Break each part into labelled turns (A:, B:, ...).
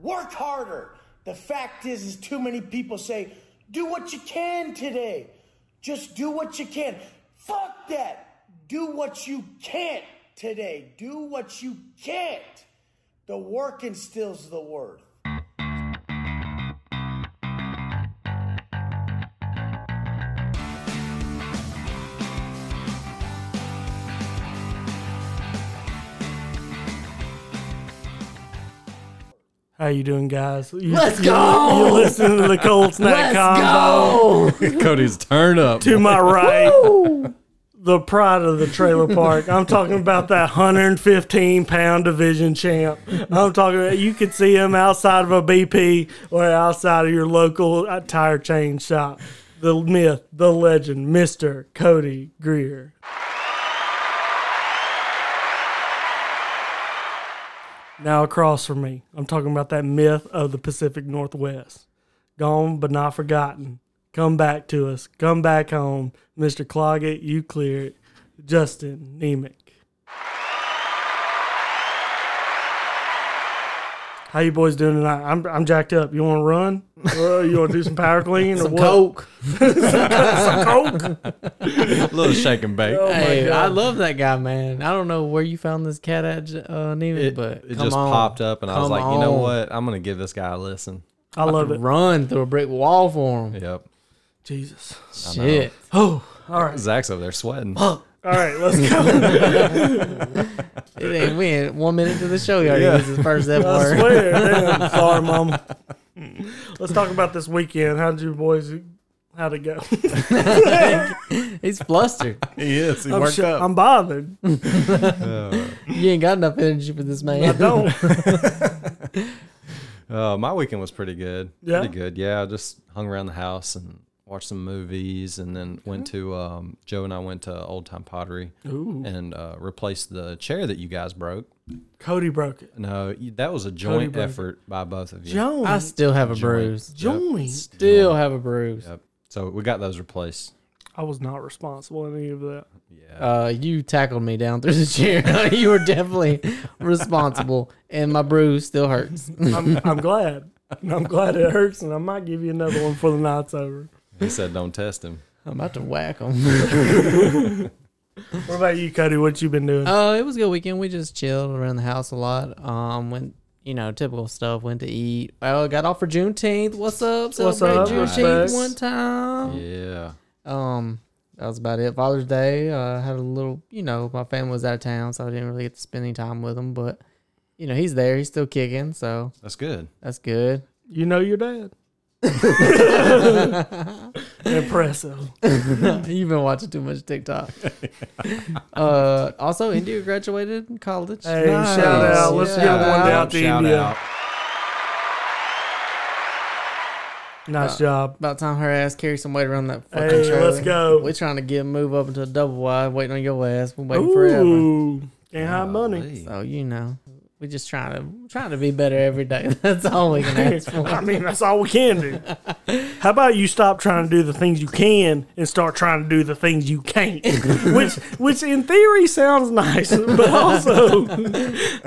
A: work harder. The fact is, is too many people say, do what you can today. Just do what you can. Fuck that. Do what you can't today. Do what you can't. The work instills the worth.
B: How you doing, guys? You,
C: Let's
B: you-
C: go!
B: You listen to the Colts Snack
C: Let's
B: Combo.
C: go.
D: Cody's turn up.
B: To my right, the pride of the trailer park. I'm talking about that 115 pound division champ. I'm talking. About, you could see him outside of a BP or outside of your local uh, tire chain shop. The myth, the legend, Mister Cody Greer. Now across from me, I'm talking about that myth of the Pacific Northwest. Gone but not forgotten. Come back to us. Come back home. Mr. Cloggett, you clear it. Justin Nemec. How you boys doing tonight? I'm, I'm jacked up. You want to run? Or you want to do some power clean? or
C: Some
B: what?
C: coke.
D: a little shake and bake.
B: Oh, my
C: Hey, I
B: God.
C: love that guy, man. I don't know where you found this cat at, J- uh, Neiman,
D: It,
C: but
D: it
C: come
D: just
C: on.
D: popped up, and I was
C: Come
D: like, you know
C: on.
D: what? I'm gonna give this guy a listen.
B: I love it.
C: Run through a brick wall for him.
D: Yep.
B: Jesus.
D: know.
C: Shit.
B: Oh, all right.
D: Zach's over there sweating.
B: All right, let's go.
C: It ain't, we ain't one minute to the show. He already
D: Yeah.
C: used his first F
B: I
C: word.
B: swear. Damn. Sorry, mama. Let's talk about this weekend. How did you boys? How'd it go?
C: He's flustered.
D: he is. He
B: I'm, sh- I'm bothered.
C: You ain't got enough energy for this
B: I
C: man.
B: don't.
D: Uh, my weekend was pretty good.
B: Yeah?
D: Pretty good. Yeah. I just hung around the house and watched some movies and then went to, um, Joe and I went to Old Time Pottery and uh, replaced the chair that you guys broke.
B: Cody broke it.
D: No, you- that was a joint
B: broke it.
D: effort by both of you.
B: Joan.
C: I still have a
D: Joint.
C: bruise.
B: Joey.
C: Still have a bruise.
D: Yep. So we got those replaced.
B: I was not responsible in any of that.
D: Yeah.
C: Uh, you tackled me down through the chair. you were definitely responsible, and my bruise still hurts.
B: I'm, I'm glad. I'm glad it hurts, and I might give you another one for the night's over.
D: he said, don't test him.
C: I'm about to whack him.
B: What about you, Cody? What you been doing?
C: Oh, it was a good weekend. We just chilled around the house a lot. Um, went you know typical stuff. Went to eat. Oh, got off for Juneteenth. What's up?
B: What's
C: Celebrate
B: up?
C: Juneteenth
B: Respects.
C: one time.
D: Yeah.
C: Um, that was about it. Father's Day, uh, I had a little, you know, my family was out of town, so I didn't really get to spend any time with him. But you know, he's there. He's still kicking, so
D: That's good.
C: that's good.
B: You know your dad. Impressive.
C: You've been watching too much TikTok. uh, also, India graduated in college.
B: Hey, shout out. Let's
C: Yeah.
B: give one
C: Shout
B: out to
D: Shout
B: India.
D: out.
B: Nice job.
C: About time her ass carried some weight around that fucking
B: Hey,
C: trailer.
B: let's go.
C: We're trying to get move up into a double wide, waiting on your ass. We're waiting forever.
B: Ooh, can't hide money.
D: Golly.
C: So you know, we're just trying to trying to be better every day. That's all we can ask for.
B: I mean, that's all we can do. How about you stop trying to do the things you can and start trying to do the things you can't, which, which in theory sounds nice, but also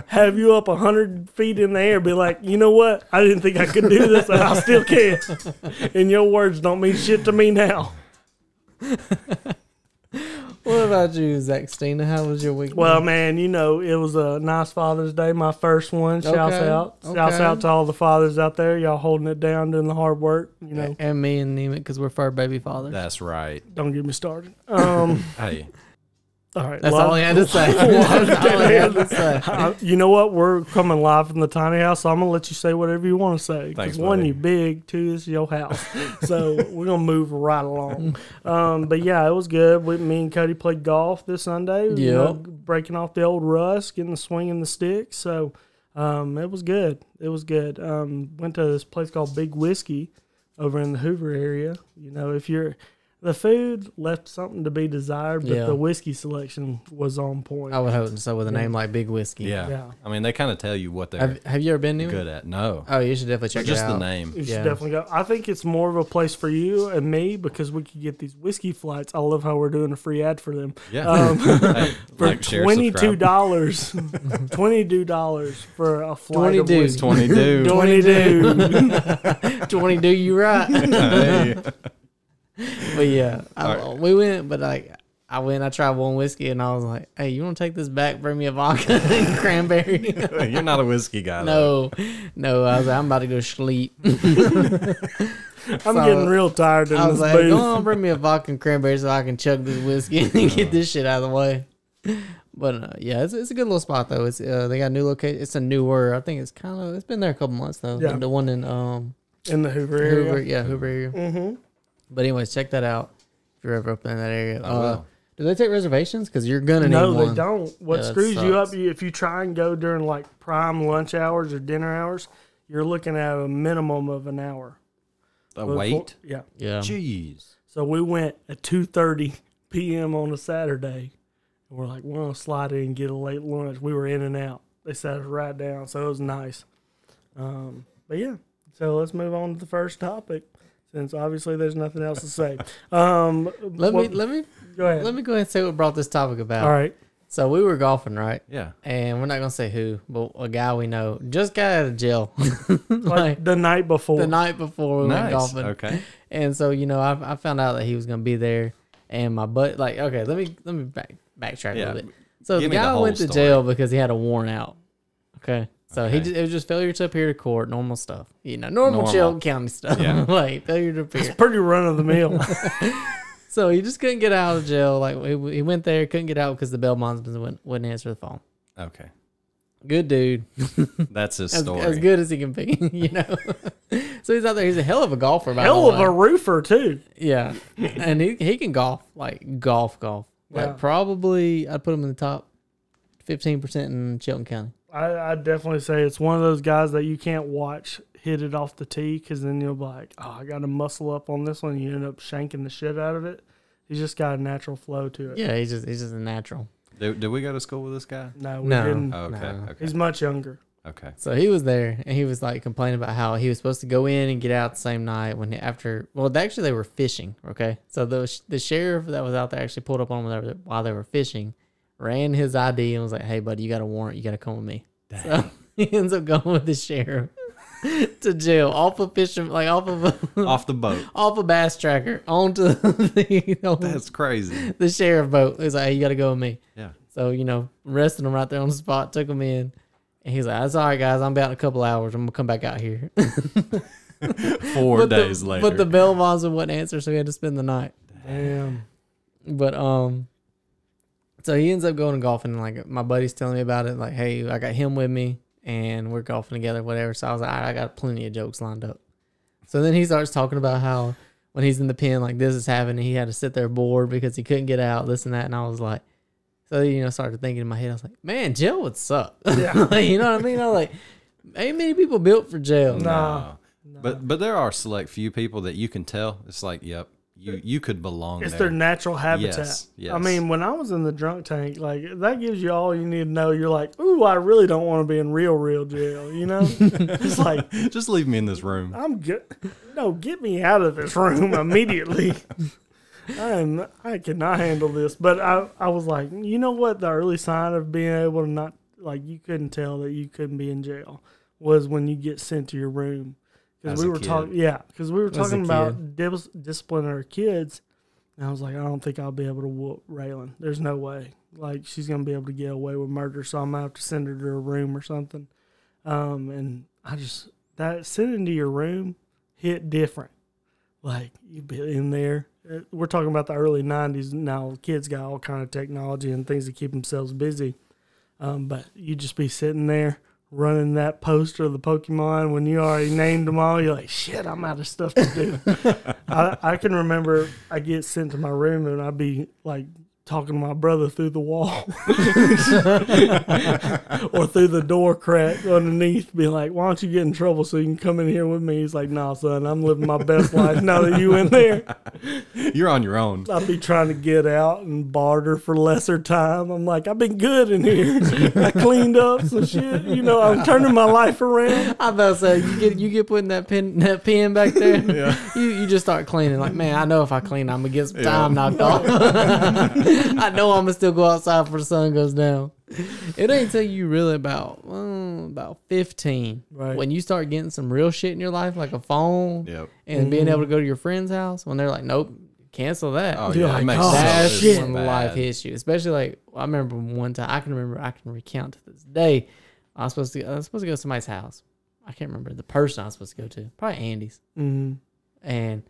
B: have you up hundred feet in the air, be like, you know what? I didn't think I could do this, and I still can. And your words don't mean shit to me now.
C: What about you, Zach Stina? How was your week?
B: Well, man, you know, it was a nice Father's Day, my first one. Shouts
C: Okay,
B: out. Shouts
C: okay.
B: out to all the fathers out there. Y'all holding it down, doing the hard work. You know,
C: and me and Nemec because we're fur baby fathers.
D: That's right.
B: don't get me started. Um,
D: Hey,
B: all right.
C: That's
B: love-
C: all I had to say. That's all I had to say.
B: I- you know what? We're coming live from the tiny house, so I'm gonna let you say whatever you want to say.
D: Thanks,
B: Because one,
D: buddy.
B: you big. Two, this is your house. so we're gonna move right along. Um, but yeah, it was good. We, me and Cody played golf this Sunday. You know,
C: Yep.
B: breaking off the old rust, getting the swing and the stick. So um, it was good. It was good. Um, went to this place called Big Whiskey over in the Hoover area. You know, if you're The food left something to be desired, but
C: Yeah.
B: the whiskey selection was on point.
C: I would hope so with a name like Big Whiskey.
D: Yeah.
B: Yeah.
D: I mean, they kind of tell you what they're
C: Have, have you ever been to it?
D: good at. No,
C: Oh, you should definitely check
D: just
C: it
D: the
C: out.
D: name.
B: You should
C: Yeah.
B: definitely go. I think it's more of a place for you and me because we could get these whiskey flights. I love how we're doing a free ad for them.
D: Yeah.
B: Um,
D: Hey,
B: for
D: like, share,
B: twenty two
D: subscribe.
B: dollars, twenty two dollars for a flight of
C: 22.
B: whiskey.
D: 22.
B: Twenty two.
C: Twenty, do you right?
D: Hey.
C: but yeah, I,
D: All
C: we went, but like I went, I tried one whiskey, and I was like, "Hey, you want to take this back? Bring me a vodka and cranberry."
D: You're not a whiskey guy. though.
C: no, no, I was like, "I'm about to go sleep."
B: I'm getting real tired in
C: I
B: this
C: was like, um,
B: booth.
C: "Go on, bring me a vodka and cranberry so I can chug this whiskey and
B: Uh-huh.
C: get this shit out of the way." But uh, yeah, it's, it's a good little spot though. It's uh, they got a new location. It's a newer. I think it's kind of it's been there a couple months though.
B: Yeah.
C: The one in um
B: in the Hoover area. Mm-hmm.
C: Hoover, yeah, Hoover area. But anyways, check that out if you're ever up in that area. Uh,
D: will.
C: do they take reservations? Because you're gonna
B: No,
C: need
B: they
C: one.
B: don't. What
C: Yeah, that
B: screws you up,
C: sucks.
B: you, if you try and go during like prime lunch hours or dinner hours, you're looking at a minimum of an hour. But
D: The
B: for-
D: wait.
B: yeah.
C: Yeah,
D: Jeez.
B: So we went at two thirty p.m. on a Saturday, and we're like, we're gonna slide in and get a late lunch. We were in and out. They sat us right down, so it was nice. Um, but yeah, so let's move on to the first topic, since obviously there's nothing else to say. Um,
C: let
B: what-
C: me let me
B: go ahead.
C: let me go ahead and say what brought this topic about.
B: All right.
C: So we were golfing, right?
D: Yeah.
C: And we're not gonna say who, but a guy we know just got out of jail
B: Like,
C: like
B: the night before.
C: the night before we went
D: Nice.
C: golfing.
D: Okay.
C: And so you know, I, I found out that he was gonna be there, and my butt like okay, let me let me back backtrack
D: Yeah,
C: a little bit. So
D: give
C: the
D: me the
C: guy
D: whole
C: went to
D: story.
C: jail because he had a warrant out. Okay, so he
D: Okay.
C: just, it was just failure to appear to court, normal stuff, you know, normal,
D: Normal.
C: jail county stuff,
D: Yeah.
C: like failure to appear.
B: Pretty run of the mill.
C: So he just couldn't get out of jail. Like he, he went there, couldn't get out because the bail bondsman wouldn't, wouldn't answer the phone.
D: Okay.
C: Good dude,
D: That's his
C: as,
D: story.
C: as good as he can be, you know. so he's out there. He's a hell of a golfer. By
B: Hell
C: the
B: of
C: way.
B: a roofer too.
C: Yeah, and he he can golf like golf golf. Like
B: Yeah.
C: probably I'd put him in the top fifteen percent in Chilton County.
B: I, I definitely say it's one of those guys that you can't watch hit it off the tee because then you'll be like, oh, I got to muscle up on this one. You end up shanking the shit out of it. He's just got a natural flow to it.
C: Yeah, he's just he's just a natural.
D: Did, did we go to school with this guy?
B: No, we
C: No.
B: didn't.
D: Oh, Okay.
C: No.
D: Okay.
B: He's much younger.
D: Okay.
C: So he was there and he was like complaining about how he was supposed to go in and get out the same night when after well they- actually they were fishing. Okay, so the the sheriff that was out there actually pulled up on him while they were- while they were fishing, ran his ID and was like, "Hey buddy, you got a warrant. You got to come with me." So he ends up going with the sheriff to jail off of fishing like off of a,
D: Off the boat.
C: off a bass tracker onto the, you know,
D: That's crazy.
C: the sheriff boat. He's like, hey, you got to go with me.
D: Yeah.
C: So, you know, arrested him right there on the spot, took him in. And he's like, that's all right, guys. I'm about in a couple hours. I'm going to come back out here.
D: Four
C: but,
D: days
C: the,
D: later.
C: but the bail bondsman wouldn't answer, so he had to spend the night.
B: Damn.
C: But, um, so he ends up going to golfing. and, Like, my buddy's telling me about it. Like, hey, I got him with me and we're golfing together, whatever. So I was like, all right, I got plenty of jokes lined up. So then he starts talking about how when he's in the pen, like this is happening, he had to sit there bored because he couldn't get out, this and that. And I was like, so you know, started thinking in my head, I was like, man, jail would suck. Like, you know what I mean? I was like, ain't many people built for jail.
B: Nah.
D: But but there are select few people that you can tell. It's like, yep, you you could belong
B: It's
D: there.
B: their natural habitat.
D: Yes, yes.
B: I mean, when I was in the drunk tank, like that gives you all you need to know. You're like, ooh, I really don't want to be in real, real jail. You know, it's like
D: Just leave me in this room.
B: I'm good. No, get me out of this room immediately. I'm I cannot handle this. But I I was like, you know what? The early sign of being able to not like you couldn't tell that you couldn't be in jail was when you get sent to your room
D: As
B: because we
D: a
B: were
D: kid.
B: talking. Yeah, because we were
C: a
B: talking about
C: kid.
B: dis- discipline our kids. And I was like, I don't think I'll be able to whoop Raylan. There's no way. Like she's gonna be able to get away with murder, so I'm gonna have to send her to her room or something. Um, and I just that sending to your room hit different. Like you've been in there. Uh, We're talking about the early '90s now. Kids got all kind of technology and things to keep themselves busy. Um, but you just be sitting there running that poster of the Pokemon when you already named them all. You're like, shit, I'm out of stuff to do. I, I can remember I get sent to my room and I'd be like talking to my brother through the wall or through the door crack underneath, be like, "Why don't you get in trouble so you can come in here with me?" He's like, "Nah, son, I'm living my best life now that you in there."
D: You're on your own.
B: I'd be trying to get out and barter for lesser time. I'm like, I've been good in here. I cleaned up some shit. You know, I'm turning my life around.
C: I about to say you get you get putting that pin that pin back there. You you just start cleaning. Like man, I know if I clean, I'm gonna get some time knocked off. I know I'm gonna still go outside before the sun goes down. It ain't until you really about mm, about 15
B: Right.
C: when you start getting some real shit in your life, like a phone
D: Yep.
C: and being able to go to your friend's house. When they're like, nope, cancel that.
D: Oh
B: You're
D: yeah,
B: like,
D: it makes
B: "Oh,
D: sense.
C: That's
D: It's
C: when
D: bad.
C: life hits you. Especially like I remember one time I can remember I can recount to this day. I was supposed to I was supposed to go to somebody's house. I can't remember the person I was supposed to go to. Probably Andy's.
B: Mhm.
C: And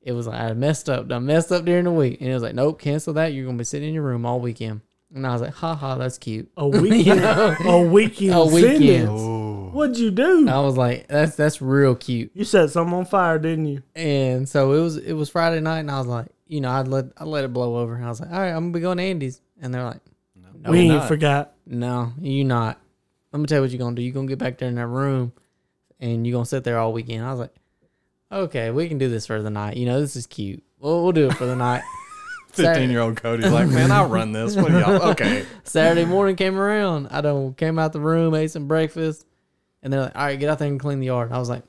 C: it was like I messed up. I messed up during the week. And it was like, nope, cancel that. You're gonna be sitting in your room all weekend. And I was like, haha, that's cute.
B: A weekend, a weekend,
C: A
B: send-in.
C: weekend. Oh.
B: What'd you do?
C: I was like, that's that's real cute.
B: You set something on fire, didn't you?
C: And so it was it was Friday night, and I was like, you know, I let I let it blow over. And I was like, all right, I'm gonna be going to Andy's. And they're like, no,
B: we
C: you're
B: ain't
C: not.
B: forgot.
C: No, you not. Let me tell you what you're gonna do. You're gonna get back there in that room and you're gonna sit there all weekend. I was like, Okay, we can do this for the night. You know, this is cute. Well, we'll do it for the night.
D: Fifteen year old Cody's like, man, I'll run this. What do y'all? Okay.
C: Saturday morning came around. I done came out the room, ate some breakfast, and they're like, All right, get out there and clean the yard. I was like,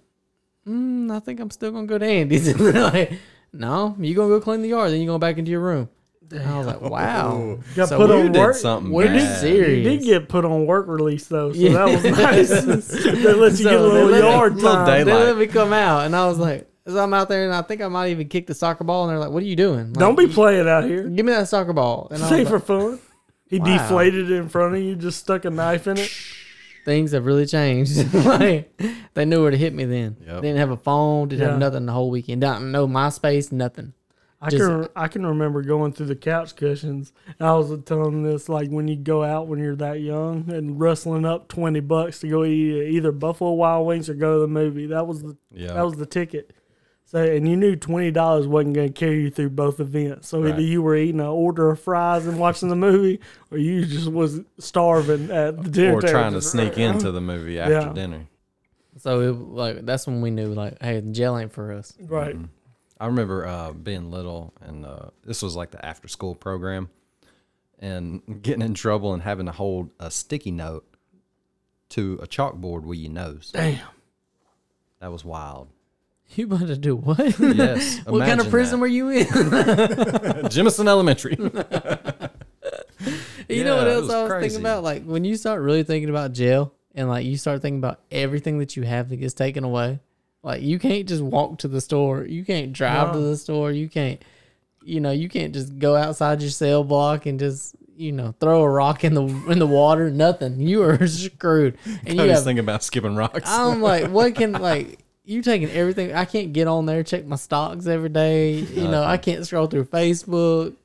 C: mm, I think I'm still gonna go to Andy's. And they're like, No, you're gonna go clean the yard, then you're going back into your room. And I was like, Wow.
B: Got
C: So
B: put
C: we're-
D: You
B: on
D: did
B: work.
D: something.
C: we're
D: bad.
C: serious.
B: You did get put on work release though, so
C: Yeah.
B: that was nice. they let you get a
C: So they
B: little
C: let me-
B: yard
D: little
B: time.
D: day-
C: they
D: like-
C: let me come out, and I was like, so I'm out there, and I think I might even kick the soccer ball, and they're like, "What are you doing? Like,
B: Don't be playing out here.
C: give me that soccer ball." And I
B: Say
C: was
B: for fun.
C: like,
B: He
C: Wow.
B: deflated it in front of you, just stuck a knife in it.
C: things have really changed. like they knew where to hit me then.
D: Yep.
C: Didn't have a phone, didn't
B: Yeah.
C: have nothing the whole weekend. Didn't know MySpace, nothing.
B: I
C: Just-
B: can I can remember going through the couch cushions. And I was telling this like when you go out when you're that young and rustling up twenty bucks to go eat at either Buffalo Wild Wings or go to the movie. That was the
D: Yeah.
B: that was the ticket. So and you knew twenty dollars wasn't going to carry you through both events. So either
D: Right.
B: you were eating an order of fries and watching the movie, or you just was starving at the dinner
D: or
B: table.
D: trying to sneak into the movie after
B: Yeah.
D: dinner.
C: So it, like that's when we knew like, hey, jail ain't for us.
B: right.
D: Mm-hmm. I remember uh, being little, and uh, this was like the after school program, and getting in trouble and having to hold a sticky note to a chalkboard with your nose.
B: Damn.
D: That was wild.
C: You about to do what?
D: Yes.
C: what kind of prison were you in?
D: were Jemison Elementary?
C: You know what
D: Yeah, it
C: else
D: was
C: I was
D: crazy.
C: thinking about? Like when you start really thinking about jail and like you start thinking about everything that you have that gets taken away. Like you can't just walk to the store. You can't drive to
B: No.
C: the store. You can't you know, you can't just go outside your cell block and just you know, throw a rock in the in the water. Nothing. You are screwed. And you
D: Cody's
C: have,
D: thinking about skipping rocks.
C: I'm like, what can like you taking everything? I can't get on there, check my stocks every day.
D: Uh,
C: You know, I can't scroll through Facebook.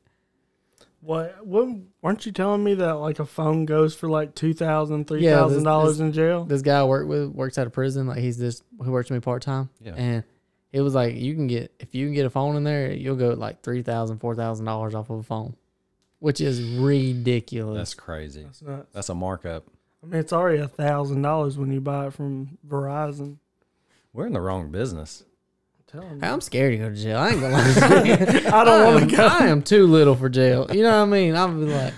B: What? What? Weren't you telling me that like a phone goes for like two thousand, three
C: Yeah, this-
B: thousand dollars in jail?
C: this guy I work with works out of prison. Like he's this who works with me part time.
D: Yeah.
C: And it was like you can get if you can get a phone in there, you'll go like three thousand, four thousand dollars off of a phone. Which is ridiculous.
D: That's crazy.
B: That's nuts.
D: That's a markup.
B: I mean, it's already a thousand dollars when you buy it from Verizon.
D: We're in the wrong business.
B: I'm telling you.
C: Hey, I'm scared to go to jail. I ain't gonna lie.
B: I don't want to go.
C: I am too little for jail. You know what I mean? i would be like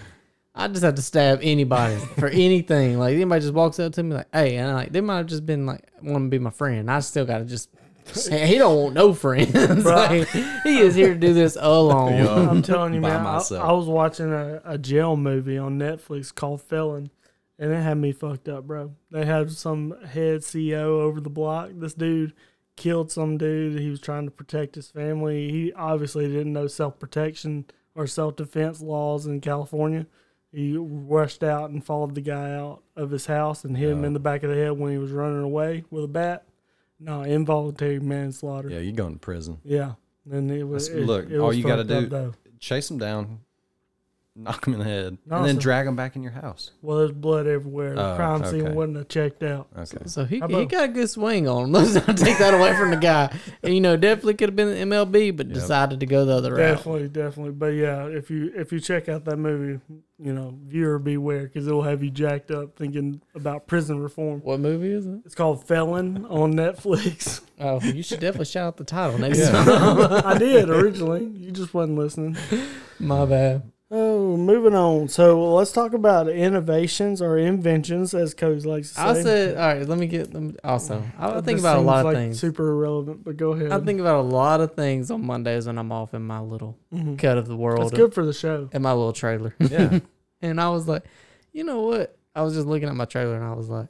C: I just have to stab anybody for anything. Like anybody just walks up to me like, hey, and I'm like they might have just been like want to be my friend. I still gotta just Hey, he don't want no friends.
B: Right.
C: Like, he is here to do this alone.
D: Yo,
B: I'm telling you,
D: By
B: man. I,
D: myself.
B: I was watching a, a jail movie on Netflix called Felon, and it had me fucked up, bro. They had some head CEO over the block. This dude killed some dude. He was trying to protect his family. He obviously didn't know self protection or self defense laws in California. He rushed out and followed the guy out of his house and hit him in the back of the head when he was running away with a bat. No, involuntary manslaughter.
D: yeah, you're going to prison.
B: Yeah, and it was
D: That's-
B: it-
D: look,
B: it
D: all
B: was
D: you gotta
B: fucked up,
D: do-
B: though.
D: Chase them down, knock him in the head, and then
B: Awesome.
D: drag him back in your house.
B: Well, there's blood everywhere. The
D: Oh,
B: crime scene
D: okay.
B: wasn't a checked out.
D: Okay.
C: So he,
B: How
C: he
B: about-
C: got a good swing on him. Let's not take that away from the guy. And, you know, definitely could have been MLB, but decided to go the other route.
B: Definitely, definitely. But yeah, if you if you check out that movie, you know, viewer beware because it'll have you jacked up thinking about prison reform.
C: What movie is it?
B: It's called Felon on Netflix.
C: Oh, you should definitely shout out the title next time.
B: I did originally. You just wasn't listening.
C: My bad.
B: Oh, moving on. So let's talk about innovations or inventions, as Cozy likes to say.
C: I said, all right, let me get, let me, also, I, I
B: That
C: think
B: just
C: about a
B: seems
C: lot of
B: like
C: things.
B: Super irrelevant, but go ahead.
C: I think about a lot of things on Mondays when I'm off in my little
B: Mhm.
C: cut of the world
B: it's good for the show.
C: in my little trailer.
D: Yeah.
C: And I was like, you know what? I was just looking at my trailer and I was like,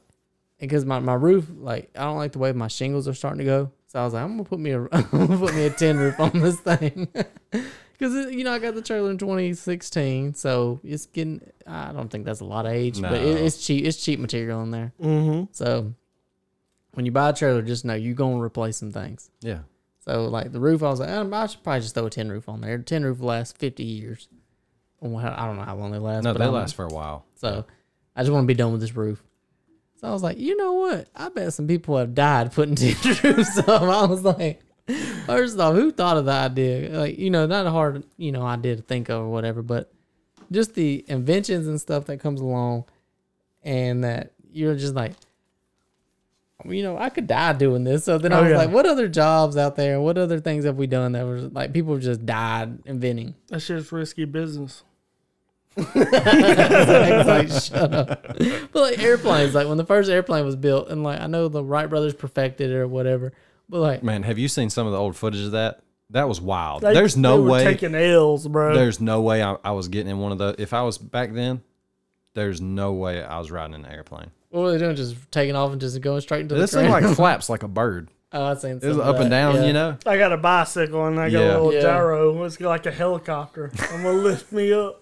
C: because my, my roof, like, I don't like the way my shingles are starting to go. So I was like, I'm gonna put me a I'm gonna put me a tin roof on this thing, because you know I got the trailer in 2016, so it's getting. I don't think that's a lot of age, but it,
D: No.
C: it's cheap. It's cheap material in there.
B: Mm-hmm.
C: So when you buy a trailer, just know you're gonna replace some things.
D: Yeah.
C: So like the roof, I was like, um, I should probably just throw a tin roof on there. Tin roof lasts 50 years. Well, I don't know how long they last.
D: No,
C: but
D: they
C: I'm-
D: last for a while.
C: so I just want to be done with this roof. So I was like, you know what? I bet some people have died putting tin roofs up. I was like, first off, who thought of the idea? Like, you know, not a hard, you know, idea to think of or whatever, but just the inventions and stuff that comes along and that you're just like, you know, I could die doing this. So then I
B: Oh,
C: was
B: yeah.
C: like, what other jobs out there? What other things have we done that was like people just died inventing?
B: That shit's risky business.
C: It's like, shut up. But like airplanes, like when the first airplane was built, and like I know the Wright brothers perfected it or whatever, but like
D: Man, have you seen some of the old footage of that? That was wild.
B: They-
D: There's no
B: they were
D: way.
B: taking L's, bro.
D: There's no way I, I was getting in one of those. If I was back then, there's no way I was riding an airplane.
C: what were they doing? Just taking off and just going straight into
D: This
C: the
D: thing
C: ground?
D: like flaps like a bird.
C: oh, I seen
D: It was
C: some of
D: up and
C: that.
D: down,
C: Yeah.
D: you know.
B: I got a bicycle and I got
D: Yeah.
B: a little
C: Yeah.
B: gyro. It's like a helicopter. I'm gonna lift me up.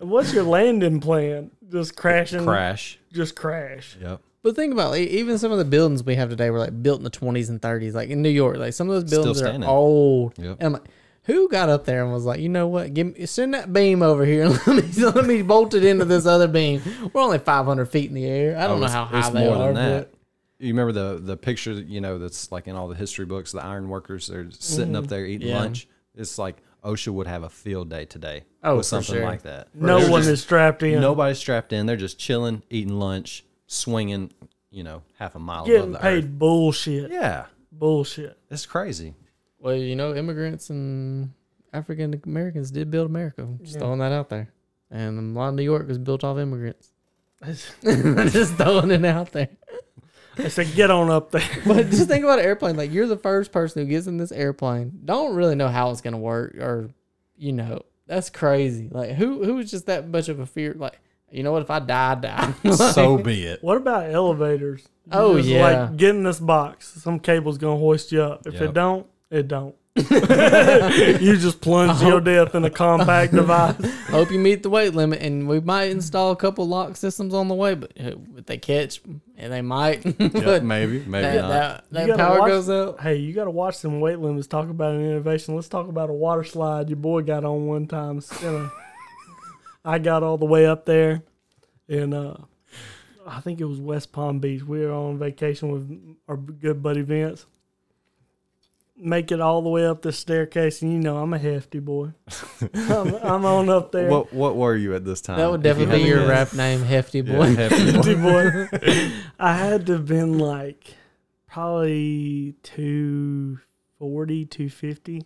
B: And What's your landing plan? Just crashing?
D: Crash.
B: Just crash.
D: Yep.
C: But think about like, even some of the buildings we have today were like built in the twenties and thirties, like in New York. Like some of those
D: Still
C: buildings are
D: standing.
C: old.
D: Yep.
C: And I'm like, who got up there and was like, you know what? Give me send that beam over here and let me let me bolt it into this other beam. We're only five hundred feet in the air. I don't know
D: Oh, it's-
C: how high
D: it's
C: they
D: more
C: are.
D: than that.
C: but-
D: You remember the the picture, that, you know, that's like in all the history books. The iron workers, they're sitting up there eating
C: Mm-hmm. Yeah.
D: lunch. It's like OSHA would have a field day today.
C: Oh,
D: with
C: for
D: something
C: sure.
D: like that.
B: No
D: They're
B: one
D: just-
B: is strapped in.
D: Nobody's strapped in. They're just chilling, eating lunch, swinging. You know, half a mile above
B: Getting
D: the
B: paid
D: earth.
B: bullshit.
D: Yeah,
B: Bullshit.
D: it's crazy.
C: Well, you know, immigrants and African Americans did build America. Just throwing that out there. And a lot of New York was built off immigrants. just throwing it out there.
B: I said, get on up there.
C: But just think about an airplane. Like you're the first person who gets in this airplane. Don't really know how it's gonna work, or you know, that's crazy. Like who who is just that much of a fear? Like you know what? If I die, I die. Like,
D: So be it.
B: What about elevators? You
C: Oh,
B: just,
C: yeah.
B: Like get in this box. Some cable's gonna hoist you up. If it
D: Yep.
B: don't, it don't. you just plunge your death in a compact device.
C: hope you meet the weight limit, and we might install a couple lock systems on the way. But uh, if they catch, and they might,
D: Yep,
C: but
D: maybe, maybe
C: that,
D: not.
C: that, that
B: You gotta
C: power
B: watch-
C: goes out.
B: Hey, you got to watch some weight limits. Talk about an innovation. Let's talk about a water slide your boy got on one time. It's gonna- I got all the way up there, and uh, I think it was West Palm Beach. We were on vacation with our good buddy Vince. Make it all the way up the staircase, and you know I'm a hefty boy. I'm, I'm on up there.
D: What what were you at this time?
C: That would definitely
D: If
C: be
D: you
C: your
D: had
C: rap name, Hefty
D: to
C: Boy.
D: guess. Yeah, hefty boy.
B: Dude, boy. I had to have been like probably 240, 250.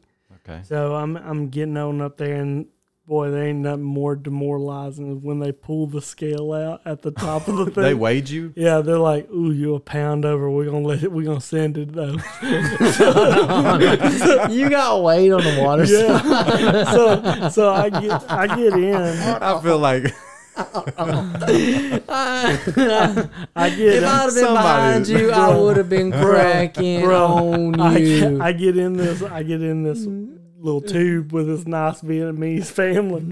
D: Okay.
B: So I'm I'm getting on up there and boy, there ain't nothing more demoralizing than when they pull the scale out at the top of the thing.
D: They weighed you.
B: yeah, they're like, "Ooh, you a pound over. We're gonna let it. We're gonna send it though."
C: you got weight on the water. slide.
B: yeah. so so I get I get in.
D: I feel like
B: I
C: If
B: get
C: I'd have been
D: Somebody-
C: behind you, I would have been cracking on
B: I get,
C: you.
B: I get in this I get in this little tube with this nice Vietnamese family.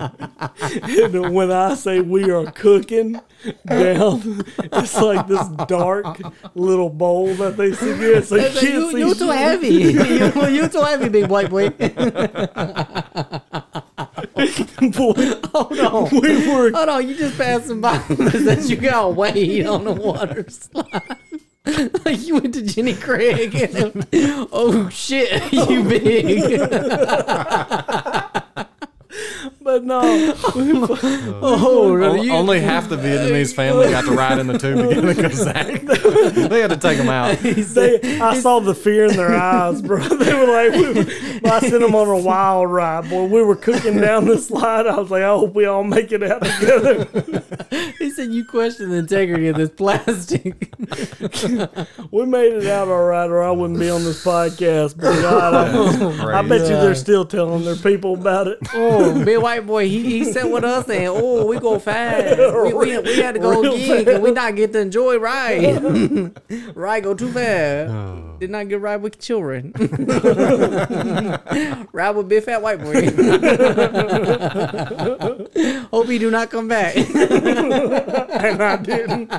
B: and when I say we are cooking down, it's like this dark little bowl that they sit here. It's like
C: It's like,
B: kids
C: you, you too heavy. you, you too heavy, big white boy.
B: Boy,
C: Hold on.
B: we were
C: Hold on, you just passed some bottles that you got weighed on the water slide. like you went to Jenny Craig and oh shit, you big.
B: but no.
C: Oh, really?
D: Only,
C: You,
D: only half the Vietnamese family got to ride in the tube to get in the Kazakh. they had to take them out.
B: They, I saw the fear in their eyes, bro. They were like, we, I sent them on a wild ride, boy. We were cooking down the slide. I was like, I hope we all make it out together.
C: he said you question the integrity of this plastic.
B: We made it out all right, or I wouldn't be on this podcast. But God, I, I bet you they're still telling their people about it.
C: Oh, big white boy, he, he said with us and oh, we go fast. We, we, we had to go
B: Real
C: gig
B: fast.
C: and we not get to enjoy ride. ride go too fast.
D: Oh.
C: Did not get ride with children. ride with big fat white boy. Hope he do not come back.
B: And I didn't.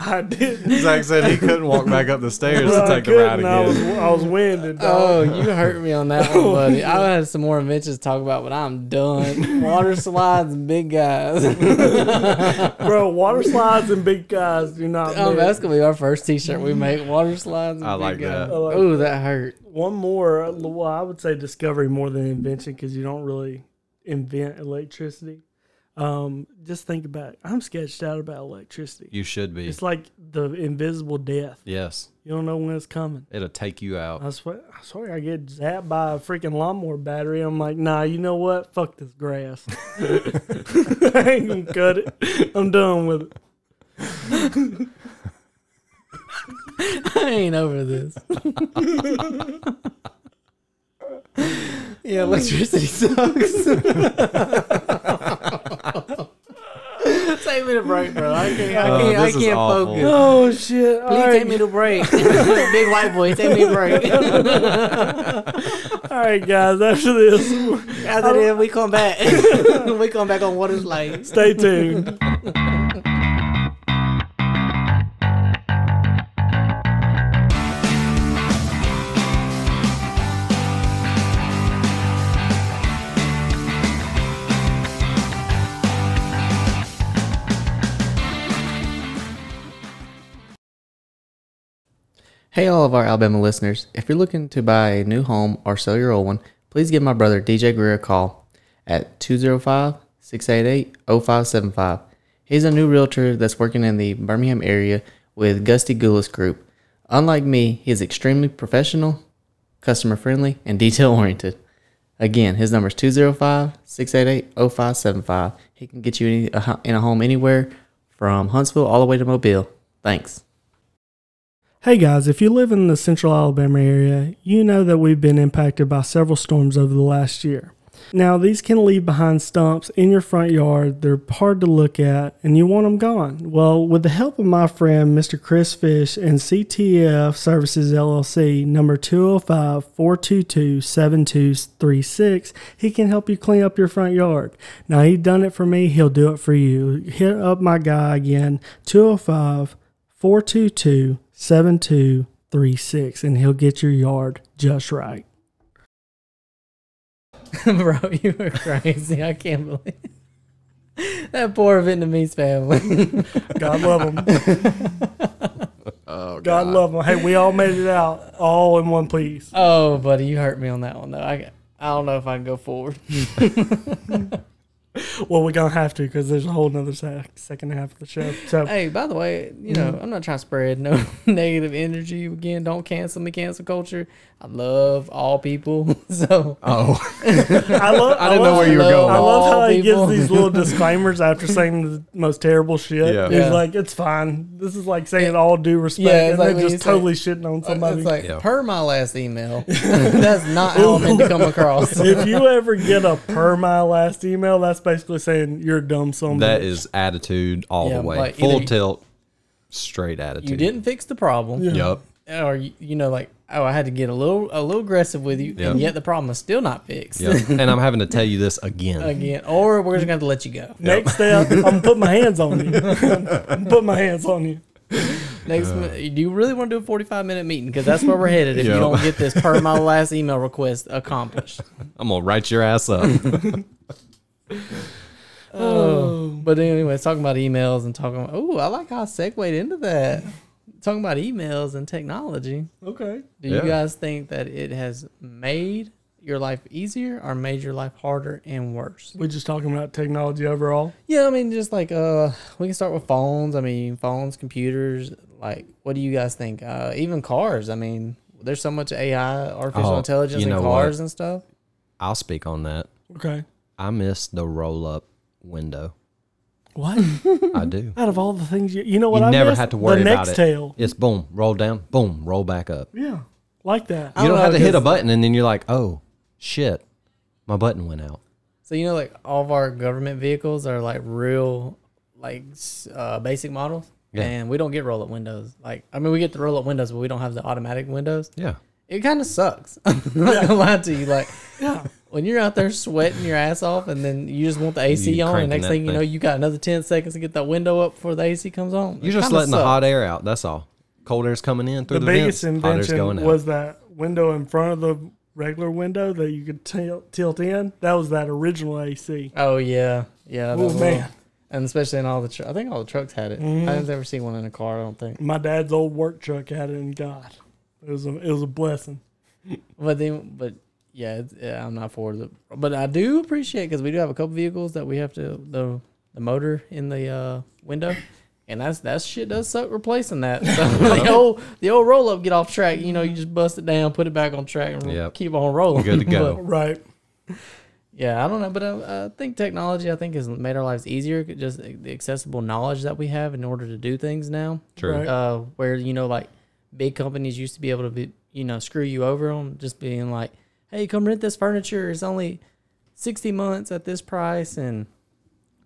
B: I didn't.
D: Zach said he couldn't walk back up the stairs to
B: I
D: take the ride
B: couldn't. I was,
D: again.
B: I was winded, dog.
C: Oh, you hurt me on that one, buddy. I had some more inventions to talk about, but I'm done. Water slides and big guys.
B: Bro, water slides and big guys do not
C: Oh,
B: mix.
C: that's gonna be our first T-shirt we make. Water slides. And
D: I like
C: big
D: that.
C: guys.
D: I
B: like
C: Ooh, that hurt.
B: One more, uh, well, I would say discovery more than invention because you don't really invent electricity. Um, just think about it. I'm sketched out about electricity.
D: You should be.
B: It's like the invisible death.
D: Yes,
B: You don't know when it's coming.
D: it'll take you out.
B: I swear, I swear I get zapped by a freaking lawnmower battery. I'm like, nah, you know what? Fuck this grass. I ain't gonna cut it. I'm done with it.
C: I ain't over this. yeah, electricity sucks. take me to break, bro. I can't. I
D: Uh,
C: can't, I
D: this is
C: can't
D: awful.
C: focus.
B: Oh shit! All
C: Please
B: right,
C: take me to break. Big white boy, take me to break.
B: all right, guys. After this,
C: After that, we come back. we come back on water slides.
B: stay tuned.
C: Hey, all of our Alabama listeners. If you're looking to buy a new home or sell your old one, please give my brother DJ Greer a call at 205 688 0575. He's a new realtor that's working in the Birmingham area with Gusty Goulas Group. Unlike me, he is extremely professional, customer friendly, and detail oriented. Again, his number is 205 688 0575. He can get you any, a ho- in a home anywhere from Huntsville all the way to Mobile. Thanks.
B: Hey guys, if you live in the central Alabama area, you know that we've been impacted by several storms over the last year. Now, these can leave behind stumps in your front yard. They're hard to look at and you want them gone. Well, with the help of my friend Mr. Chris Fish and CTF Services LLC, number 205 422 7236, he can help you clean up your front yard. Now, he done it for me, he'll do it for you. Hit up my guy again, 205- 422 7236 and he'll get your yard just right.
C: Bro, you were crazy. I can't believe that poor Vietnamese family.
B: God love him.
D: Oh,
B: God love him. Hey, we all made it out all in one piece.
C: Oh, buddy, you hurt me on that one though. I I don't know if I can go forward.
B: Well, we're going to have to because there's a whole nother sec- second half of the show. So,
C: Hey, by the way, you know
D: Mm-hmm.
C: I'm not trying to spread no negative energy. Again, don't cancel me. Cancel culture. I love all people. So
D: Oh,
B: I, love,
D: I didn't know where you were
B: I
D: going.
B: love how
C: All
B: he
C: people.
B: gives these little disclaimers after saying the most terrible shit.
D: Yeah.
B: He's
C: Yeah.
B: like, it's fine. This is like saying all due respect
C: Yeah, it's
B: and
C: like
B: then
C: when
B: just
C: you say-
B: totally shitting on somebody.
C: it's like
D: Yeah.
C: per my last email. that's not how I'm meant to come across.
B: if you ever get a per my last email, that's basically saying you're a dumb somebody.
D: that is attitude all
C: Yeah,
D: the way.
C: like,
D: Full
C: either-
D: tilt, straight attitude.
C: You didn't fix the problem.
D: Yep.
C: or you, you know like oh i had to get a little a little aggressive with you and
D: Yeah.
C: yet the problem is still not fixed
D: Yep. and I'm having to tell you this again.
C: again or we're just gonna have to let you go
B: Next step, I'm gonna put my hands on you. I'm putting my hands on you.
E: Next, mi- do you really want to do a forty-five minute meeting? Because that's where we're headed. If you
D: Yeah.
E: don't get this per my last email request accomplished,
D: I'm gonna write your ass up.
E: oh. But anyways, talking about emails and talking. About, oh, I like how I segued into that. Talking about emails and technology.
B: Okay.
E: Do
D: Yeah.
E: you guys think that it has made your life easier or made your life harder and worse?
B: We're just talking about technology overall.
E: Yeah, I mean, just like uh, we can start with phones. I mean, phones, computers. Like, what do you guys think? Uh, even cars. I mean, there's so much AI, artificial
D: Oh,
E: intelligence
D: you
E: in
D: know
E: cars
D: what?
E: and stuff.
D: I'll speak on that.
B: Okay.
D: I miss the roll up window.
B: What?
D: I do.
B: Out of all the things you, you know Mm-hmm. what
D: you
B: I
D: never
B: missed?
D: had to worry
B: the
D: about
B: next
D: it.
B: tail.
D: It's boom, roll down, boom, roll back up.
B: Yeah, like that.
E: I
D: you don't
E: don't
D: have
E: know,
D: to hit a
E: 'cause-
D: button and then you're like, oh shit, my button went out.
E: So you know, like all of our government vehicles are like real, like s- uh, basic models,
D: Yeah.
E: and we don't get roll up windows. Like, I mean, we get the roll up windows, but we don't have the automatic windows.
D: Yeah.
E: It kind of sucks. I'm not gonna lie to you, like. When you're out there sweating your ass off, and then you just want the AC
D: You
E: on, and
D: cranking
E: next
D: that
E: thing, you
D: thing.
E: know, you got another ten seconds to get that window up before the AC comes on. It
D: You're just
E: kinda
D: letting the
E: sucks.
D: hot air out. That's all. Cold air's coming in through
B: The
D: the,
B: biggest
D: vents. Hot air's going
B: invention
D: out.
B: was that window in front of the regular window that you could tilt, tilt in. That was that original AC.
E: Oh yeah, yeah.
B: Oh
E: that
B: man,
E: little- and especially in all the, tr- I think all the trucks had it. I didn't ever see one in a car. I don't think.
B: my dad's old work truck had it, and God, it was a, it was a blessing.
E: But then, but yeah, it's, yeah I'm not for the. But I do appreciate because we do have a couple vehicles that we have to the the motor in the uh, window, and that's that shit does suck replacing that. So the old the old roll up get off track. You know, you just bust it down, put it back on track, and
D: Yep.
E: keep on rolling.
D: Good to go.
E: But,
B: Right.
E: yeah, I don't know, but uh, I, I think technology I think has made our lives easier. Just the accessible knowledge that we have in order to do things now
D: True.
B: Right.
E: uh, where you know like big companies used to be able to be you know screw you over on just being like hey come rent this furniture it's only 60 months at this price and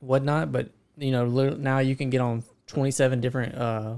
E: whatnot but you know lit- now you can get on 27 different uh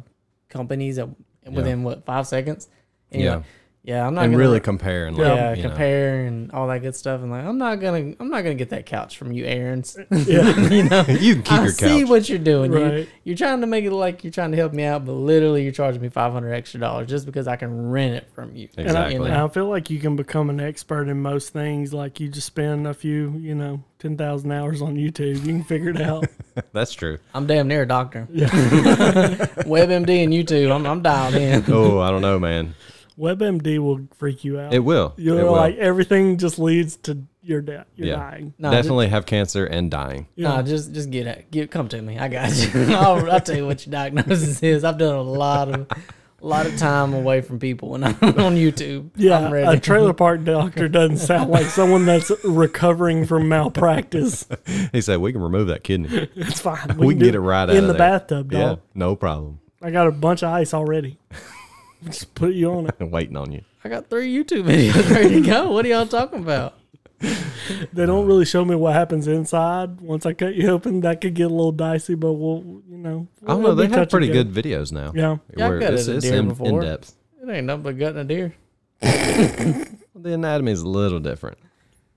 E: companies at, within what five seconds and you're
D: Yeah.
E: like, yeah i'm not
D: And
E: gonna
D: really compare and like,
E: yeah,
D: you know.
E: compare and all that good stuff and like i'm not gonna i'm not gonna get that couch from you aaron's
B: Yeah.
E: you know
D: You can keep
E: I
D: your
E: see
D: couch.
E: what you're doing. You,
B: Right.
E: you're trying to make it like you're trying to help me out, but literally you're charging me 500 extra dollars just because I can rent it from you.
D: And I-
E: You
D: Exactly.
B: And
E: know?
B: I feel like you can become an expert in most things. Like you just spend a few, you know, ten thousand hours on YouTube, you can figure it out.
D: That's true.
E: I'm damn near a doctor. WebMD and YouTube, I'm, I'm dialed in.
D: Oh, I don't know, man.
B: WebMD will freak you out.
D: It will.
B: You're
D: it will.
B: like eh, everything just leads to your death. You're
D: yeah.
B: dying.
E: No,
D: Definitely have cancer and dying.
E: Nah, just just get it. Get come to me. I got you. I'll, I'll tell you what your diagnosis is. I've done a lot of a lot of time away from people when I'm on YouTube.
B: Yeah,
E: I'm ready.
B: a trailer park doctor doesn't sound like someone that's recovering from malpractice.
D: He said we can remove that kidney.
B: It's fine.
D: We can
B: do
D: get it right out
B: in
D: of
B: the
D: there.
B: bathtub,
D: yeah,
B: dog.
D: no problem.
B: I got a bunch of ice already. Just put you on it.
D: I'm waiting on you.
E: I got three YouTube videos ready to go. What are y'all talking about?
B: They don't really show me what happens inside. Once I cut you open, that could get a little dicey, but we'll, you know.
D: I don't
B: it'll
D: know.
B: be
D: Oh, They have
B: touch and
D: pretty
B: go.
D: good videos now.
B: Yeah.
E: Yeah, I've
D: Where
E: got
D: it's,
E: it a
D: it's
E: deer
D: in, in
E: before.
D: depth.
E: It ain't nothing but gutting a deer.
D: The anatomy is a little different,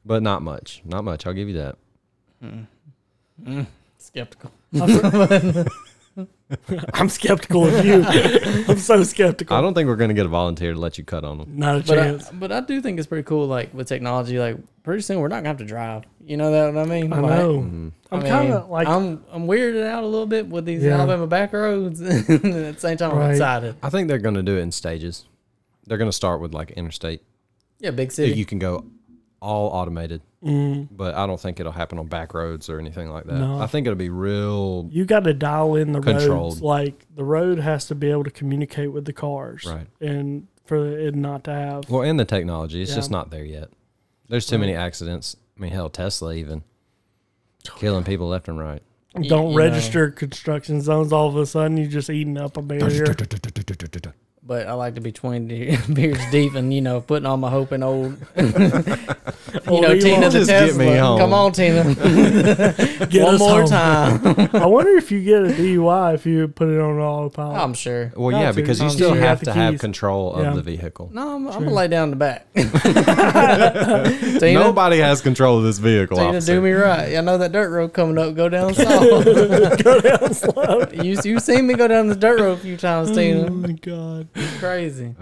D: but not much. Not much. I'll give you that.
E: Skeptical.
B: I'm skeptical of you. I'm so skeptical.
D: I don't think we're gonna get a volunteer to let you cut on them.
B: Not a
E: But I,
B: chance.
E: but I do think it's pretty cool, like with technology. Like pretty soon we're not gonna have to drive. You know that what I mean?
B: I,
E: Like,
B: know.
E: I
D: Mm.
B: I'm
E: mean,
B: kind of like,
E: I'm I'm weirded out a little bit with these
B: Yeah.
E: Alabama back roads, and at the same time
B: Right.
E: I'm excited.
D: I think they're gonna do it in stages. They're gonna start with like interstate.
E: Yeah, big city.
D: You can go all automated,
E: Mm.
D: but I don't think it'll happen on back roads or anything like that.
B: No.
D: I think it'll be real.
B: you got to dial in the
D: Controlled.
B: roads. Like the road has to be able to communicate with the cars,
D: Right.
B: And for it not to have,
D: Well, and the technology, it's
B: Yeah.
D: just not there yet. There's too many accidents. I mean, hell, Tesla even
E: Oh,
D: killing people left and right.
B: don't
E: you know.
B: register construction zones. All of a sudden, you're just eating up a barrier.
E: but But I like to be 20 beers deep and, you know, putting all my hope in old, you know,
B: Elon.
E: Tina the
D: Just get
E: Tesla.
D: me home.
E: Come on, Tina.
B: Get
E: One
B: us
E: more
B: home.
E: time.
B: I wonder if you get a DUI if you put it on autopilot.
E: I'm sure.
D: Well,
B: Not
D: yeah,
B: to,
D: because you
B: not
D: still
B: to. You
D: have
B: have
D: to
B: the
D: have
B: keys.
D: control
B: Yeah.
D: of the vehicle.
E: No, I'm, I'm going to lay down in the back. Tina,
D: Nobody has control of this vehicle.
E: Tina,
D: officer.
E: do me right. I know that dirt road coming up. Go down slow. go down slow. You you seen me go down the dirt road a few times, Tina.
B: Oh my god.
E: It's crazy.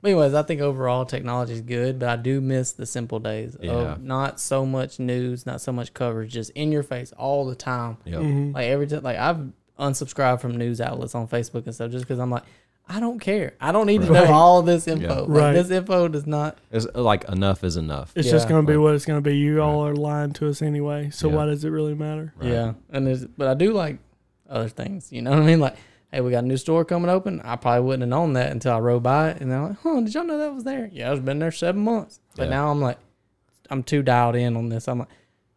E: But anyways, I think overall technology is good, but I do miss the simple days
D: Yeah.
E: of not so much news, not so much coverage, just in your face all the time.
D: Yep.
E: Like every time, like I've unsubscribed from news outlets on Facebook and stuff just because I'm like, I don't care. I don't need to know
B: Right.
E: all this info. Like,
B: Right.
E: This info does not.
D: It's uh, like enough is enough.
B: It's just
E: Yeah.
B: gonna be what it's gonna be. You all are lying to us anyway, so
D: Yeah.
B: why does it really matter?
E: Yeah, and it's, but I do like other things. You know what I mean? Like, hey, we got a new store coming open. I probably wouldn't have known that until I rode by it, and they're like, "Huh? Did y'all know that was there?" Yeah, it's been there seven months, but
D: Yeah.
E: now I'm like, I'm too dialed in on this. I'm like.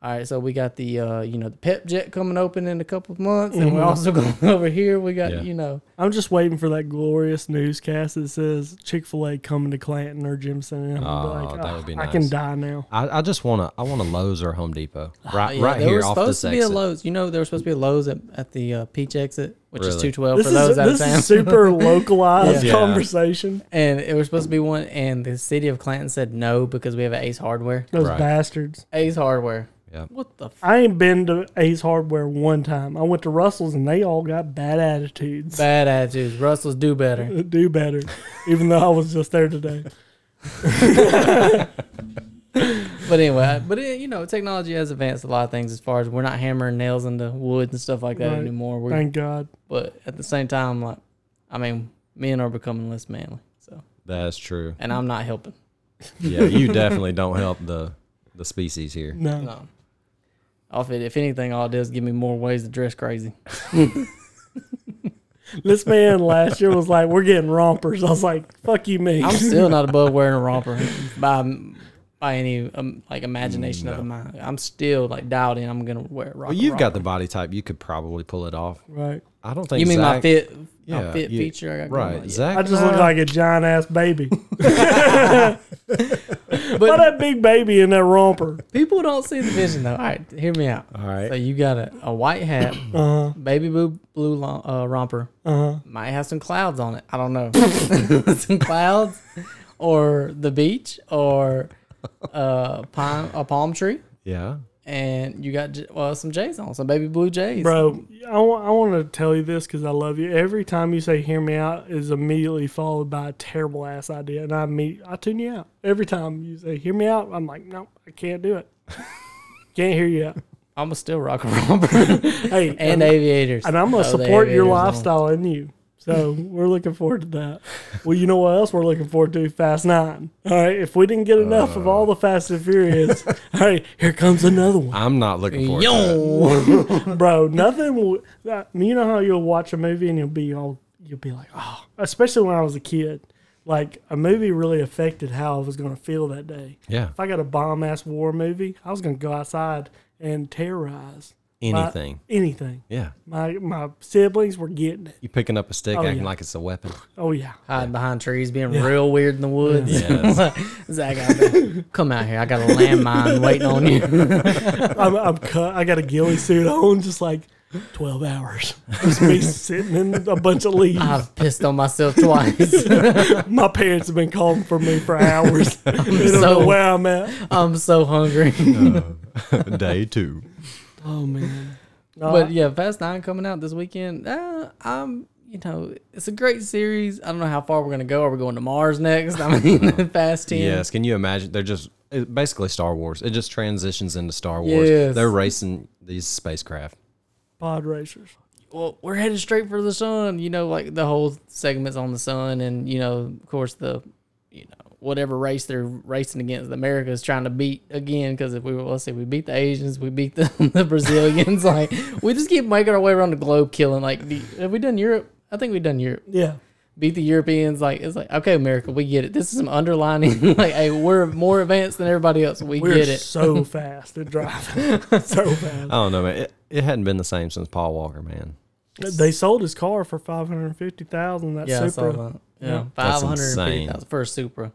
E: All right, so we got the uh, you know the Pep Jet coming open in a couple of months, and
B: Mm-hmm.
E: we're also going over here. We got
D: Yeah.
E: you know
B: I'm just waiting for that glorious newscast that says Chick Fil A coming to Clanton or Jimson, and I'm gonna be
D: Oh,
B: like,
D: that
B: "Ah,
D: would be
B: I can
D: nice."
B: die now.
D: I, I just want to. I want a Lowe's or Home Depot. Right,
E: Ah, yeah,
D: right
E: there
D: here
E: was
D: off this
E: supposed to be a
D: exit.
E: Lowe's. You know there was supposed to be a Lowe's at, at the uh, Peach exit, which is
D: Really?
E: two twelve
B: This
E: for those
B: is
E: out of
B: this
E: town.
B: is super localized
D: Yeah.
B: conversation.
E: and it was supposed to be one, and the city of Clanton said no because we have an Ace Hardware.
B: Those
D: Right.
B: bastards.
E: Ace Hardware.
D: Yep.
E: What the? F-
B: I ain't been to Ace Hardware one time. I went to Russell's and they all got bad attitudes.
E: bad attitudes. Russell's do better.
B: Do better, even though I was just there today.
E: But anyway, but it, you know, technology has advanced a lot of things as far as we're not hammering nails into wood and stuff like that
B: Right.
E: anymore. We're,
B: Thank God.
E: but at the same time, like, I mean, men are becoming less manly. So,
D: That's true.
E: and I'm not helping.
D: Yeah, you definitely don't help the the species here.
B: No.
E: No. Off it. If anything, all it does is give me more ways to dress crazy.
B: This man last year was like, "We're getting rompers." I was like, "Fuck you, me."
E: I'm still not above wearing a romper by by any um, like imagination of the mind. I'm still like dialed in. I'm gonna wear a romper.
D: Well, you've got the body type. You could probably pull it off.
B: right.
D: I don't think
E: You mean my
D: Zach-
E: fit? my
D: Yeah,
E: fit
D: you-
E: feature. I got going
D: Right,
E: on, yeah.
D: Zach.
B: I just look
D: uh,
B: like a giant ass baby. Why that big baby in that romper?
E: People don't see the vision though. All right, hear me out. All
D: right. Uh-huh.
E: So you got a, a white hat,
B: Uh huh.
E: baby blue blue lo- uh, romper.
B: Uh huh.
E: Might have some clouds on it. I don't know. some clouds, or the beach, or uh, pine a palm tree,
D: Yeah.
E: and you got j- well some J's on some baby blue J's.
B: Bro, I want to tell you this because I love you. Every time you say "hear me out" is immediately followed by a terrible ass idea, and I meet I tune you out every time you say "hear me out." I'm like, no, I can't do it. can't hear you out.
E: I'm gonna still rock a romper
B: Hey,
E: and aviators.
B: and I'm gonna
E: Throw the
B: support your
E: aviators on.
B: lifestyle in you. So we're looking forward to that. Well, you know what else we're looking forward to? Fast Nine. All right, if we didn't get enough of all the Fast and Furious, all right, here comes another one,
D: I'm not looking forward to that.
E: Yo,
B: bro. Nothing. Will, that- you know how you'll watch a movie and you'll be all you'll be like, oh, especially when I was a kid. Like a movie really affected how I was gonna feel that day.
D: Yeah.
B: If I got a bomb ass war movie, I was gonna go outside and terrorize my-
D: Anything.
B: anything.
D: Yeah.
B: My my siblings were getting it.
D: You picking up a stick, acting
B: yeah.
D: like it's a weapon.
B: Oh yeah.
E: hiding behind trees, being real weird in the woods.
D: Yes.
E: Zach, out there, come out here. I got a landmine waiting on you.
B: I'm, I'm cut. I got a ghillie suit on, just like twelve hours. Just me sitting in a bunch of leaves.
E: I've pissed on myself twice.
B: My parents have been calling for me for hours. they don't
E: so-
B: know where I'm at.
E: I'm so hungry.
D: Day two.
B: Oh man. No,
E: but yeah, Fast Nine coming out this weekend. Uh, I'm, you know, it's a great series. I don't know how far we're gonna go. Are we going to Mars next? I mean, Fast Ten.
D: Yes. Can you imagine? They're just it, basically Star Wars. It just transitions into Star Wars.
E: Yes.
D: They're racing these spacecraft.
B: pod racers.
E: Well, we're headed straight for the sun. You know, like the whole segments on the sun, and you know, of course, the, you know, whatever race they're racing against, America is trying to beat again. Because if we were, let's say we beat the Asians, we beat the, the Brazilians. like we just keep making our way around the globe, killing. Like, the, have we done Europe? I think we've done Europe.
B: Yeah.
E: beat the Europeans. Like it's like okay, America, we get it. This is some underlining. like hey, we're more advanced than everybody else. We
B: We're
E: get it.
B: so fast at driving. so fast.
D: I don't know, man. It, it hadn't been the same since Paul Walker, man.
B: They sold his car for five hundred fifty thousand. That
E: Yeah, I saw
B: Supra.
E: that. Yeah,
D: That's
E: five hundred fifty thousand
D: insane.
E: for a Supra.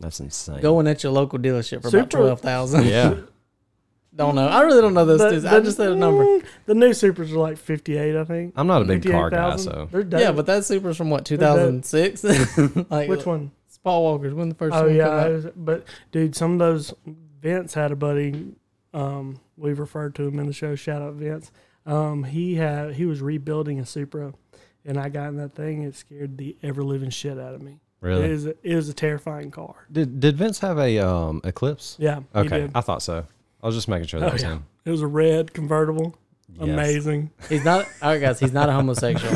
D: That's insane.
E: Going at your local dealership for about
B: Supra-
E: twelve thousand.
D: yeah.
E: Don't know. I really don't know those
B: The-
E: dudes. I
B: the-
E: just said a number.
B: mm, The new Supras are like fifty eight, I think.
D: I'm not a big car guy,
B: 58,000.
D: so
B: They're dope.
E: Yeah, but that Supra's from what two thousand six. Like
B: which one?
E: it's Paul Walker's when the first one
B: Oh yeah,
E: came out.
B: it was- but dude, some of those Vince had a buddy. Um, we referred to him in the show. Shout out Vince. Um, he had he was rebuilding a Supra, and I got in that thing. It scared the ever living shit out of me. It
D: really.
B: is a, it was a terrifying car.
D: Did Did Vince have a um Eclipse?
B: Yeah, he
D: Okay,
B: did.
D: I thought so. I was just making sure that
B: Oh,
D: was
B: yeah.
D: him.
B: It was a red convertible.
D: Yes.
B: Amazing.
E: He's not. All right, guys. He's not a homosexual.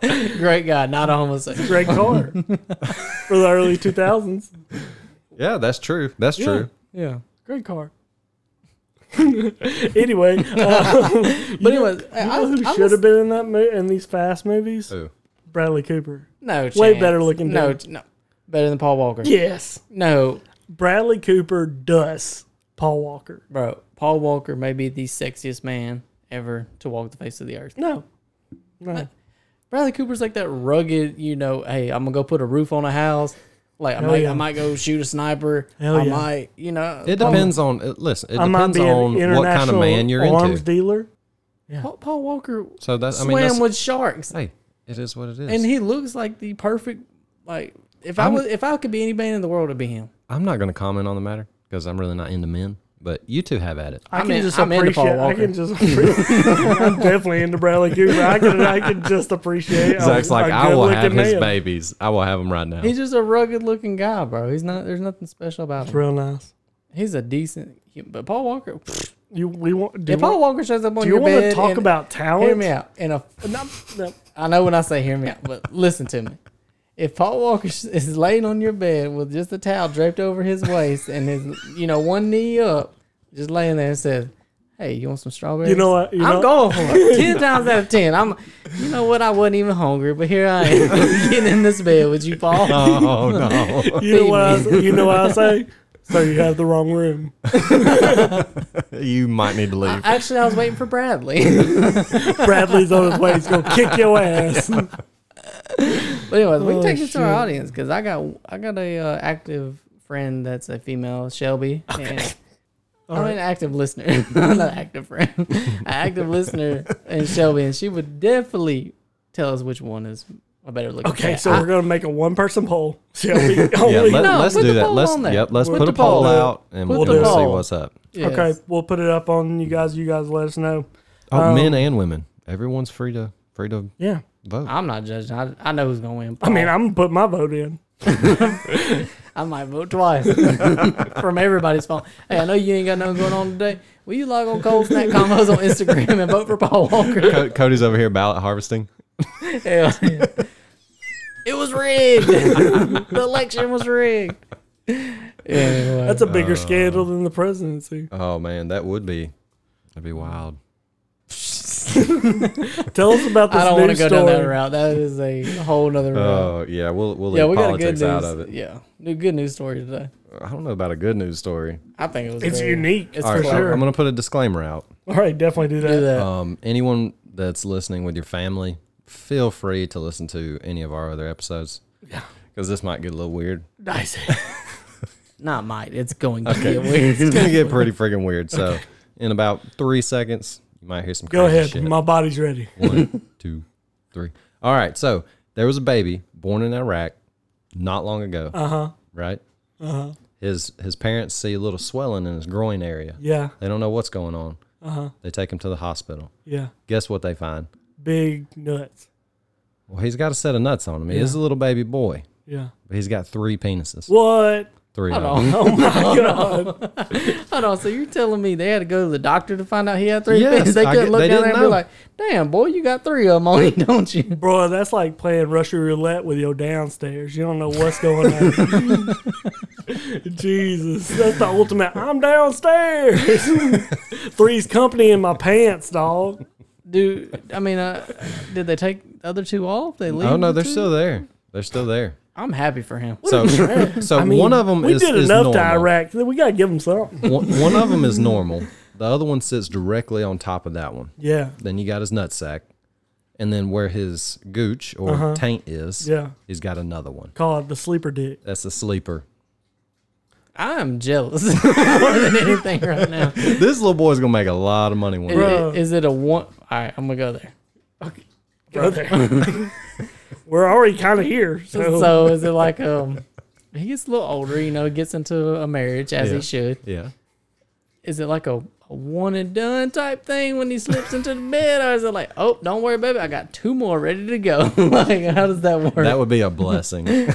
E: okay? Great guy, not a homosexual.
B: Great car for the early two thousands.
D: Yeah, that's true. That's
B: Yeah.
D: true.
E: Yeah.
B: Great car. anyway, uh,
E: But anyway, I,
B: you
E: I,
B: know who
E: I
B: should
E: was,
B: have been in that mo- in these fast movies?
D: Who?
B: Bradley Cooper.
E: no chance.
B: way better looking
E: No,
B: dude.
E: ch- no, better than Paul Walker.
B: Yes.
E: No,
B: Bradley Cooper does Paul Walker.
E: bro. Paul Walker may be the sexiest man ever to walk the face of the earth.
B: No. No.
E: Bradley Cooper's like that rugged, you know. Hey, I'm gonna go put a roof on a house. Like I
B: Hell
E: might,
B: yeah.
E: I might go shoot a sniper.
B: Hell
E: I
B: yeah.
E: might, you know.
D: It
E: Paul-
D: depends on. It, listen, it
B: I might
D: depends
B: be an
D: on
B: international
D: what kind of man you're
B: arms
D: into.
B: dealer.
E: Paul, Paul Walker
D: So that I mean,
E: swam
D: that's,
E: with sharks.
D: hey, it is what it is.
E: and he looks like the perfect like if i
D: I'm-
E: was if i could be any man in the world it'd be him
D: I'm not going to comment on the matter because I'm really not into men. But you two have at it.
B: I
E: I'm
B: can
E: in-
B: just
E: I'm into Paul
B: appreciate. I
E: Walker.
B: can just. appre- I'm definitely into Bradley Cooper. I can. I can just appreciate. a-
D: Zach's like,
B: a
D: I will have
B: good-looking
D: his
B: man."
D: babies. I will have them right now.
E: he's just a rugged looking guy bro he's not there's nothing special about
B: It's
E: him
B: real nice.
E: he's a decent human but paul walker
B: You we want? Do
E: if
B: you,
E: paul
B: want-
E: walker shows up on
B: do
E: your
B: you want
E: bed
B: to talk
E: and-
B: about talent?
E: hear me out in a
B: No, no.
E: i know when i say hear me out but listen to me if paul walker is laying on your bed with just a towel draped over his waist and his you know one knee up just laying there and says Hey, you want some strawberries?
B: You know what? You
E: I'm
B: know-
E: going for it. ten times out of ten. I'm. You know what? I wasn't even hungry, but here I am getting in this bed with you, Paul.
D: oh no!
B: You know what? I, say- you know what I say? So you have the wrong room.
D: you might need to leave.
E: Actually, I was waiting for Bradley.
B: Bradley's on his way. He's gonna kick your ass.
E: but anyways, we can
B: Oh,
E: take this to our
B: shit.
E: audience because I got I got a uh, active friend that's a female, Shelby. And I'm
B: right.
E: an active listener. I'm not an active friend. an active listener and Shelby, and she would definitely tell us which one is a better looking.
B: Okay,
E: cat.
B: so
E: I-
B: we're gonna make a one-person poll. Shall we?
D: yeah,
B: Only-
D: let,
E: No,
D: us
E: put
D: do
E: the
D: that.
E: poll
D: Let's
E: on there.
D: yep. Let's
E: Put
D: put,
E: the
D: a poll,
E: poll.
D: out and
E: Put
D: we'll,
E: the
D: and we'll see
E: poll.
D: what's up.
E: yes.
B: Okay, we'll put it up on you guys. You guys let us know.
D: Oh,
E: Um,
D: men and women, everyone's free to free to
B: Yeah.
D: vote.
E: I'm not judging. I, I know who's gonna win.
B: I mean,
E: Paul.
B: I'm gonna put my vote in.
E: I might vote twice from everybody's phone. Hey, I know you ain't got nothing going on today. Will you log on Cold Snack Combos on Instagram and vote for Paul Walker?
D: Co- Cody's over here ballot harvesting.
E: Hell yeah. It was rigged. the election was rigged. Anyway,
B: That's a bigger
D: Uh,
B: scandal than the presidency.
D: Oh man, that would be that'd be wild.
B: Tell us about this
E: I don't want to
B: news
E: go
B: story.
E: down that route. That is a whole nother route.
D: Oh yeah, we'll we'll leave
E: yeah, we got a good
D: politics
E: news.
D: out of it.
E: Yeah, new good news story today.
D: I don't know about a good news story.
E: I think it was.
B: It's
E: very-
B: unique.
E: It's
D: All right,
E: for
D: I'm-
E: sure.
D: I'm gonna put a disclaimer out.
B: All right, definitely do that.
E: Do that.
D: Um, anyone that's listening with your family, feel free to listen to any of our other episodes. Yeah. Because this might get a little weird.
B: Nice.
E: Not might. It's going to get weird.
D: It's gonna get pretty freaking weird. So, in about three seconds, you might hear some.
B: Go
D: crazy
B: ahead.
D: Shit.
B: My body's ready.
D: One, two, three. All right. So there was a baby born in Iraq not long ago. Uh
B: Uh-huh.
D: huh. Right. Uh huh. His his parents see a little swelling in his groin area.
B: Yeah. Uh-huh.
D: They don't know what's going on. Uh huh. They take him to the hospital.
B: Yeah.
D: Guess what they find?
B: Big nuts.
D: Well, he's got a set of nuts on him. He is a little baby boy,
B: Yeah.
D: but he's got three penises.
B: What? Oh
D: Three. of
E: Hold
D: them.
E: on.
D: Oh,
B: God.
E: Hold on, so you're telling me they had to go to the doctor to find out he had three
D: Yes,
E: kids? They
D: I
E: couldn't
D: get-
E: look
D: they
E: down there
D: didn't
E: and be
D: know.
E: like, "Damn, boy, you got three of them on you, don't you?"
B: Bro, that's like playing Russian roulette with your downstairs. You don't know what's going on. Jesus. That's the ultimate. I'm downstairs. Three's company in my pants, dog.
E: Dude, I mean, uh, did they take the other two off? They leave?
D: Oh no,
E: the
D: they're
E: two?
D: still there. They're still there.
E: I'm happy for him.
D: So, so
B: I mean,
D: one of them
B: we
D: is,
B: did
D: is
B: enough
D: normal.
B: to Iraq. We got to give them something.
D: One, one of them is normal. The other one sits directly on top of that one.
B: Yeah.
D: Then you got his nutsack. And then where his gooch or taint is,
B: Yeah.
D: he's got another one.
B: Call it the sleeper dick.
D: That's the sleeper.
E: I'm jealous more than anything right now.
D: this little boy's gonna make a lot of money one day.
B: Bro.
E: Is it a one? All right, I'm gonna go there.
B: Brother. We're already kind of here. So,
E: So is it like um? He gets a little older, you know, gets into a marriage as
D: Yeah.
E: he should.
D: Yeah.
E: Is it like a, a one and done type thing when he slips into the bed, or is it like, oh, don't worry, baby, I got two more ready to go? like, how does that work?
D: That would be a blessing.
E: like,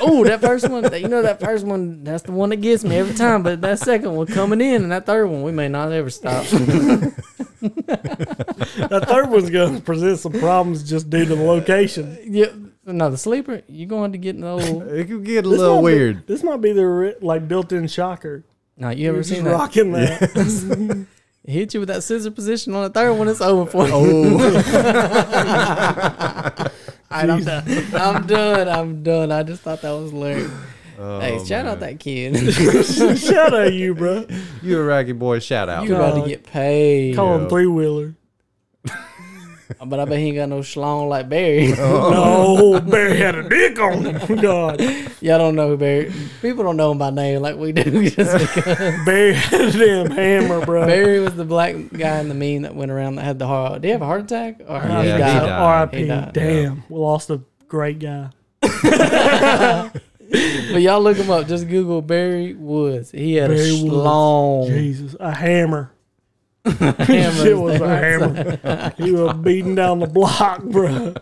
E: oh, that first one, that, you know, that first one, that's the one that gets me every time. But that second one coming in, and that third one, we may not ever stop.
B: that third one's going to present some problems just due to the location.
E: yeah, no, the sleeper, you're going to get an old.
D: it could get a
B: This
D: little
B: might be-
D: weird.
B: this might be the re- like built-in shocker.
E: No, you ever
B: You're just
E: seen that?
B: rocking that.
E: Hit you with that scissor position on the third one, it's over for you.
D: Oh.
E: All right, I'm done. I'm done. I'm done. I just thought that was hilarious.
D: Oh,
E: hey, shout out that kid.
B: Shout out you, bro.
D: You Iraqi boy, shout out.
E: you about
B: God.
E: to get paid.
B: Call him
D: Yeah.
B: three wheeler.
E: But I bet he ain't got no schlong like Barry.
D: Uh-huh.
B: No, Barry had a dick on him. God,
E: Y'all don't know who Barry. People don't know him by name like we do. Just because
B: Barry had a damn hammer, bro.
E: Barry was the black guy in the meme that went around that had the heart. Did he have a heart attack? Or
B: Uh,
D: Yeah, he died.
B: R.I.P.
E: He died.
B: Damn, we lost a great guy.
E: But y'all look him up. Just Google Barry Woods. He had
B: Barry
E: a
B: Woods.
E: schlong.
B: Jesus, a hammer.
E: Hammer
B: Shit was
E: his
B: a
E: name.
B: hammer. he was beating down the block, bro.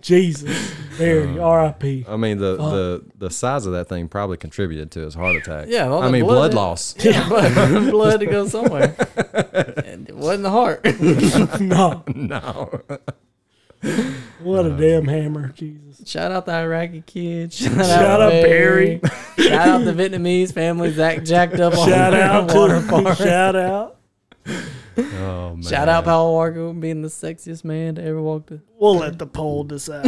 B: Jesus, Barry, R.I.P.
D: I mean the, the the size of that thing probably contributed to his heart attack.
E: Yeah, all
D: I
E: the
D: mean
E: blood.
D: blood, loss.
E: Yeah, blood, blood to go somewhere. And it wasn't the heart.
B: No,
D: No.
B: what a damn hammer, Jesus.
E: Shout out the Iraqi kid. Shout,
B: Shout
E: out
B: out Barry.
E: Shout out the Vietnamese family. Zach jacked up on
B: Shout
E: the
B: out
E: water
B: to
E: park.
B: shout out.
D: Oh man.
E: Shout out Paul Walker being the sexiest man to ever walk the.
B: We'll let the poll decide.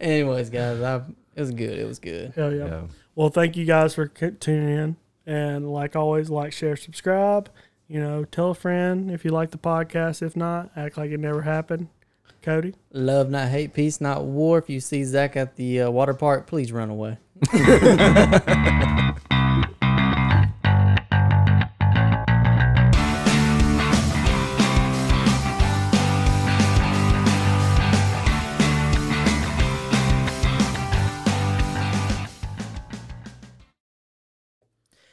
E: Anyways, guys, I, it was good. It was good.
B: Hell yeah.
D: Yeah.
B: Well, thank you guys for c- tuning in. And like always, like, share, subscribe. You know, tell a friend if you like the podcast. If not, act like it never happened. Cody.
E: Love, not hate, peace, not war. If you see Zach at the uh, water park, please run away.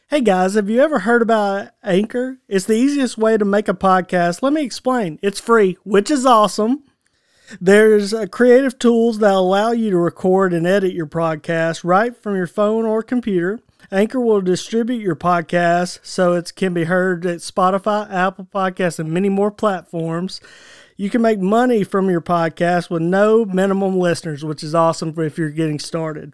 B: Hey guys, have you ever heard about Anchor? It's the easiest way to make a podcast. Let me explain. It's free, which is awesome. There's uh, creative tools that allow you to record and edit your podcast right from your phone or computer. Anchor will distribute your podcast so it can be heard at Spotify, Apple Podcasts, and many more platforms. You can make money from your podcast with no minimum listeners, which is awesome for if you're getting started.